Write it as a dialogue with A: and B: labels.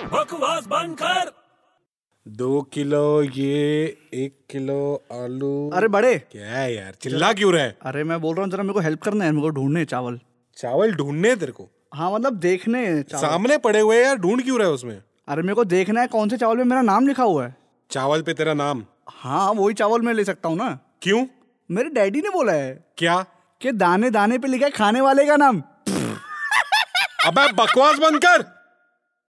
A: आवाज बंद कर
B: दो किलो ये एक किलो आलू
C: अरे बड़े
B: क्या है यार चिल्ला क्यों रहा है
C: अरे मैं बोल रहा हूँ जरा मेरे को हेल्प करना है मेरे को ढूंढने हैं चावल
B: चावल ढूंढने हैं तेरे को
C: हाँ मतलब देखने हैं चावल
B: सामने पड़े हुए हैं यार ढूंढ क्यों रहा है उसमें
C: अरे मेरे को देखना है कौन से चावल में मेरा नाम लिखा हुआ है
B: चावल पे तेरा नाम
C: हाँ वही चावल मैं ले सकता हूँ ना
B: क्यों
C: मेरे डैडी ने बोला है
B: क्या
C: कि दाने दाने पे लिखा है खाने वाले का नाम
B: अबे बकवास बंद कर